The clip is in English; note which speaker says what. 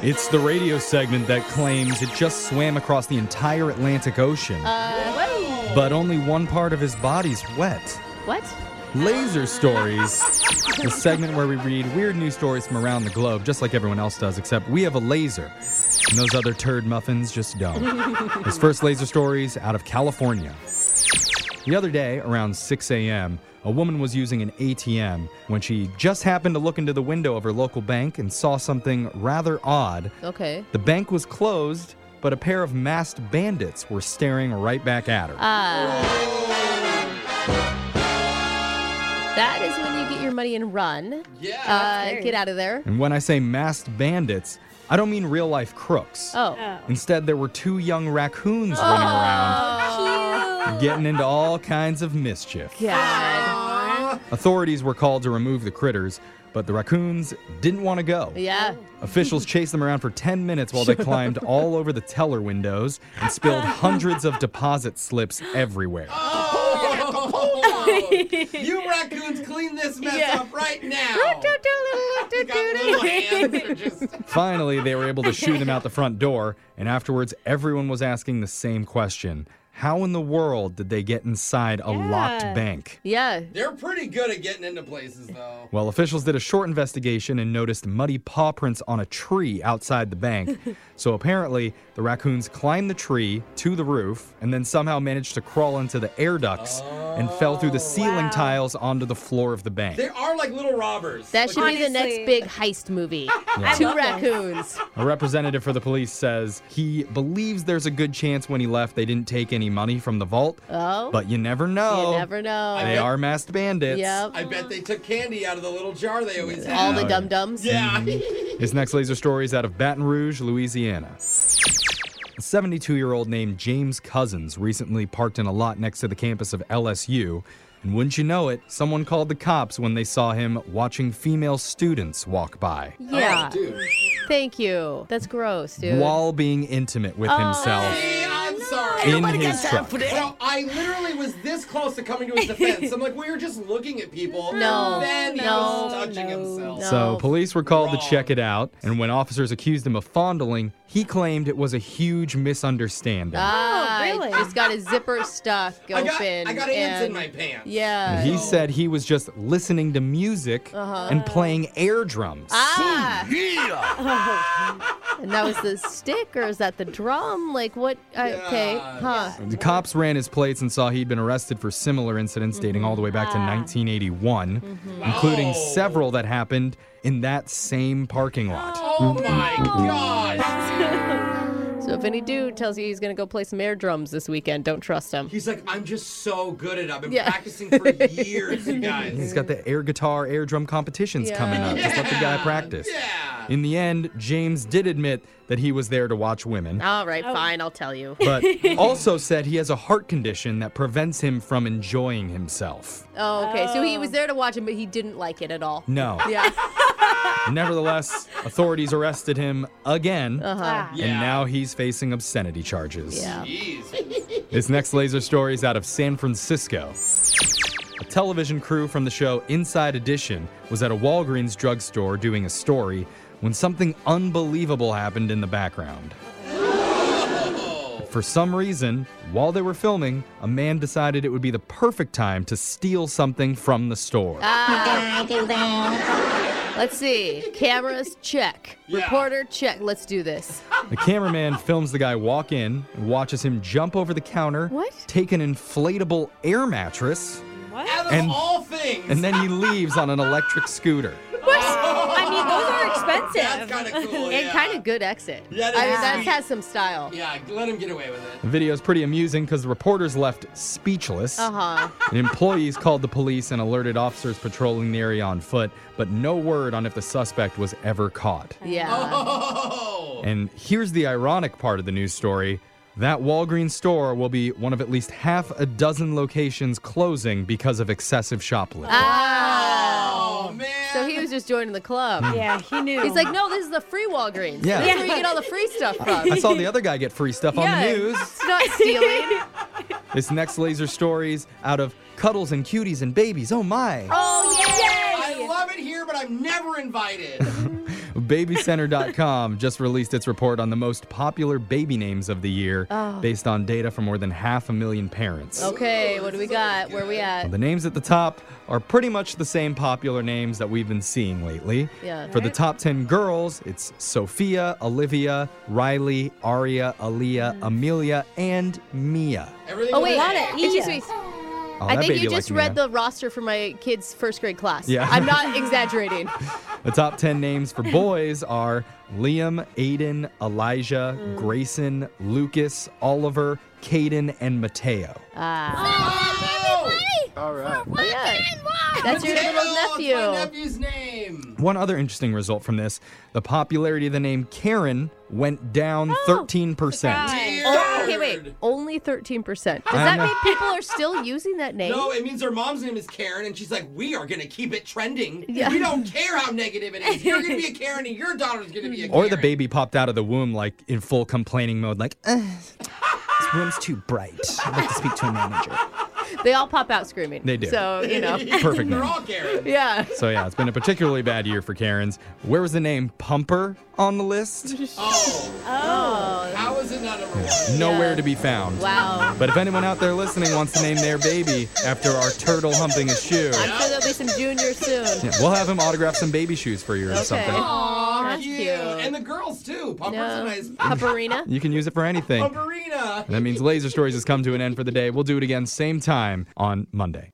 Speaker 1: It's the radio segment that claims it just swam across the entire Atlantic Ocean,
Speaker 2: Uh, whoa.
Speaker 1: but only one part of his body's wet.
Speaker 2: What?
Speaker 1: Laser Stories, the segment where we read weird news stories from around the globe, just like everyone else does, except we have a laser. And those other turd muffins just don't. His first Laser Stories out of California. The other day, around 6 a.m., a woman was using an ATM when she just happened to look into the window of her local bank and saw something rather odd.
Speaker 2: Okay.
Speaker 1: The bank was closed, but a pair of masked bandits were staring right back at her.
Speaker 2: Uh, that is when you get your money and run. Yeah. Uh,
Speaker 3: scary.
Speaker 2: get out of there.
Speaker 1: And when I say masked bandits, I don't mean real life crooks.
Speaker 2: Oh.
Speaker 1: Instead, there were two young raccoons running around, getting into all kinds of mischief.
Speaker 2: God.
Speaker 1: Authorities were called to remove the critters, but the raccoons didn't want to go.
Speaker 2: Yeah.
Speaker 1: Officials chased them around for 10 minutes while they climbed all over the teller windows and spilled hundreds of deposit slips everywhere.
Speaker 4: you raccoons, clean this mess
Speaker 3: Yeah.
Speaker 4: up right now. You got little hands that are just-
Speaker 1: Finally, they were able to shoo them out the front door, and afterwards, everyone was asking the same question How in the world did they get inside a
Speaker 3: Yeah.
Speaker 1: locked bank?
Speaker 2: Yeah.
Speaker 4: They're pretty good at getting into places, though.
Speaker 1: Well, officials did a short investigation and noticed muddy paw prints on a tree outside the bank. so apparently, the raccoons climbed the tree to the roof and then somehow managed to crawl into the air ducts and fell through the ceiling tiles onto the floor of the bank.
Speaker 4: They are like little robbers.
Speaker 2: That
Speaker 4: Like,
Speaker 2: should be the next
Speaker 3: Honestly.
Speaker 2: big heist movie.
Speaker 1: Yeah.
Speaker 2: Two
Speaker 3: love them.
Speaker 2: raccoons.
Speaker 1: A representative for the police says he believes there's a good chance when he left they didn't take any money from the vault,
Speaker 2: Oh.
Speaker 1: but you never know.
Speaker 2: you never know.
Speaker 1: They are masked bandits.
Speaker 2: Yep.
Speaker 4: I bet they took candy out of the little jar they always had.
Speaker 2: All the
Speaker 1: Yeah.
Speaker 2: dum dums.
Speaker 4: yeah.
Speaker 1: His next laser story is out of Baton Rouge, Louisiana. A 72 year old named James Cousins recently parked in a lot next to the campus of LSU. And wouldn't you know it, someone called the cops when they saw him watching female students walk by
Speaker 2: Yeah.
Speaker 4: Oh, dude.
Speaker 2: Thank you. That's gross, dude. Oh.
Speaker 1: while being intimate with himself
Speaker 4: See, I'm sorry.
Speaker 1: in his truck.
Speaker 4: Bro, I literally was this close to coming to his defense. I'm like, we were just looking at people.
Speaker 2: No,
Speaker 4: And then he
Speaker 2: no,
Speaker 4: was touching
Speaker 3: no,
Speaker 4: himself.
Speaker 2: no.
Speaker 1: So police were called to
Speaker 4: Wrong.
Speaker 1: check it out, and when officers accused him of fondling, he claimed it was a huge misunderstanding.
Speaker 2: Ah, I
Speaker 3: really?
Speaker 2: Just got his zipper stuck open.
Speaker 4: I got, I got ants in
Speaker 2: and-
Speaker 4: my pants.
Speaker 2: Yeah.
Speaker 1: he said he was just listening to music and playing air drums.
Speaker 2: Uh-huh. Ah. and that was the stick, or is that the drum? Like what? I- Okay,
Speaker 4: Yeah.
Speaker 2: huh?
Speaker 1: The cops ran his plates and saw he'd been arrested for similar incidents dating all the way
Speaker 2: Mm-hmm.
Speaker 1: back to 1981, including
Speaker 4: Oh.
Speaker 1: several that happened in that same parking lot.
Speaker 4: Oh my gosh.
Speaker 2: So if any dude tells you he's gonna go play some air drums this weekend, don't trust him.
Speaker 4: He's like, I'm just so good at it. I've been
Speaker 2: Yeah.
Speaker 4: practicing for years, you
Speaker 1: He's
Speaker 4: guys.
Speaker 1: got the air guitar, air drum competitions coming up. Just let the guy
Speaker 4: Yeah.
Speaker 1: practice.
Speaker 4: Yeah.
Speaker 1: In the end, James did admit that he was there to watch women.
Speaker 2: All right, fine, I'll tell you.
Speaker 1: but also said he has a heart condition that prevents him from enjoying himself.
Speaker 2: Oh, okay, so he was there to watch him, but he didn't like it at all.
Speaker 1: No.
Speaker 2: Yeah.
Speaker 1: Nevertheless, authorities arrested him again.
Speaker 2: Uh-huh.
Speaker 1: And now he's facing obscenity charges.
Speaker 2: Yeah.
Speaker 4: Jeez.
Speaker 1: This next laser story is out of San Francisco. A television crew from the show Inside Edition was at a Walgreens drugstore doing a story when something unbelievable happened in the background. For some reason, while they were filming, a man decided it would be the perfect time to steal something from the store.
Speaker 2: Let's see. Cameras check.
Speaker 4: Yeah.
Speaker 2: Reporter check. Let's do this.
Speaker 1: The cameraman films the guy walk in and watches him jump over the counter,
Speaker 2: What?
Speaker 1: take an inflatable air mattress,
Speaker 4: Out of
Speaker 1: And-
Speaker 4: all things.
Speaker 1: and then he leaves on an electric scooter.
Speaker 3: What? I mean, those are expensive.
Speaker 4: That's kind of cool.
Speaker 2: And
Speaker 4: yeah.
Speaker 2: kind of good exit.
Speaker 4: Yeah, that
Speaker 2: I mean,
Speaker 4: is
Speaker 2: that
Speaker 4: sweet.
Speaker 2: has some style.
Speaker 4: Yeah, let him get away with it.
Speaker 1: The video is pretty amusing because the reporter's left speechless.
Speaker 2: Uh huh.
Speaker 1: And employees called the police and alerted officers patrolling the area on foot, but no word on if the suspect was ever caught.
Speaker 2: Yeah.
Speaker 4: Oh.
Speaker 1: And here's the ironic part of the news story. That Walgreens store will be one of at least half a dozen locations closing because of excessive shoplifting.
Speaker 2: Ah.
Speaker 4: Oh, man.
Speaker 2: So he was just joining the club.
Speaker 3: Yeah, he knew.
Speaker 2: He's like, no, this is the free Walgreens.
Speaker 1: Yeah.
Speaker 2: This is where you get all the free stuff from.
Speaker 1: I saw the other guy get free stuff on the news.
Speaker 2: It's not stealing.
Speaker 1: This next laser stories out of Cuddles and Cuties and Babies. Oh my.
Speaker 4: I love it here, but I'm never invited.
Speaker 1: BabyCenter.com just released its report on the most popular baby names of the year
Speaker 2: Oh.
Speaker 1: based on data from more than half a million parents.
Speaker 2: Okay, what do we got? Where we at?
Speaker 1: The names at the top are pretty much the same popular names that we've been seeing lately.
Speaker 2: Yeah.
Speaker 1: For the top 10 girls, it's Sophia, Olivia, Riley, Aria, Aaliyah,
Speaker 2: Mm.
Speaker 1: Amelia, and Mia.
Speaker 4: Everything
Speaker 2: Oh
Speaker 4: with an
Speaker 2: wait,
Speaker 3: Lana,
Speaker 4: A.
Speaker 2: excuse
Speaker 3: Ia.
Speaker 2: me.
Speaker 1: Oh,
Speaker 2: I
Speaker 1: that
Speaker 2: think
Speaker 1: baby
Speaker 2: you
Speaker 1: liked
Speaker 2: just
Speaker 1: Mia.
Speaker 2: read the roster for my kids' first grade class.
Speaker 1: Yeah.
Speaker 2: I'm not exaggerating.
Speaker 1: The top 10 names for boys are Liam, Aiden, Elijah, Grayson, Lucas, Oliver, Caden, and Mateo.
Speaker 2: Ah,
Speaker 4: Oh!
Speaker 5: All right.
Speaker 2: yeah. That's your
Speaker 4: Mateo,
Speaker 2: little
Speaker 4: it's
Speaker 2: nephew.
Speaker 4: my nephew's name.
Speaker 1: One other interesting result from this the popularity of the name Karen went down 13%.
Speaker 3: surprise.
Speaker 2: Oh, okay, wait. Only 13%. Does that
Speaker 1: know.
Speaker 2: mean people are still using that name?
Speaker 4: No, it means her mom's name is Karen, and she's like, we are going to keep it trending.
Speaker 2: Yeah.
Speaker 4: We don't care how negative it is. You're going to be a Karen, and your daughter's going to be a
Speaker 1: Or
Speaker 4: Karen.
Speaker 1: the baby popped out of the womb like in full complaining mode, like, "Ugh, this room's too bright. I'd like to speak to a manager.
Speaker 2: They all pop out screaming.
Speaker 1: They do.
Speaker 2: So, you know.
Speaker 1: Perfect
Speaker 4: They're
Speaker 1: name.
Speaker 4: all Karen.
Speaker 2: Yeah.
Speaker 1: So yeah, it's been a particularly bad year for Karens. Where was the name Pumper on the list?
Speaker 4: Oh,
Speaker 2: Oh,
Speaker 4: how is it not number one?
Speaker 1: Nowhere to be found.
Speaker 2: wow.
Speaker 1: But if anyone out there listening wants to name their baby after our turtle humping a shoe,
Speaker 2: I'm sure there'll be some juniors soon.
Speaker 1: yeah, we'll have him autograph some baby shoes for you or
Speaker 2: Okay.
Speaker 1: something.
Speaker 4: Aw,
Speaker 2: That's
Speaker 4: cute.
Speaker 2: cute.
Speaker 4: And the girls, too. Pumper's a
Speaker 2: No.
Speaker 4: nice
Speaker 2: Paparina?
Speaker 1: You can use it for anything.
Speaker 4: Pumperina.
Speaker 1: That means Laser Stories has come to an end for the day. We'll do it again same time on Monday.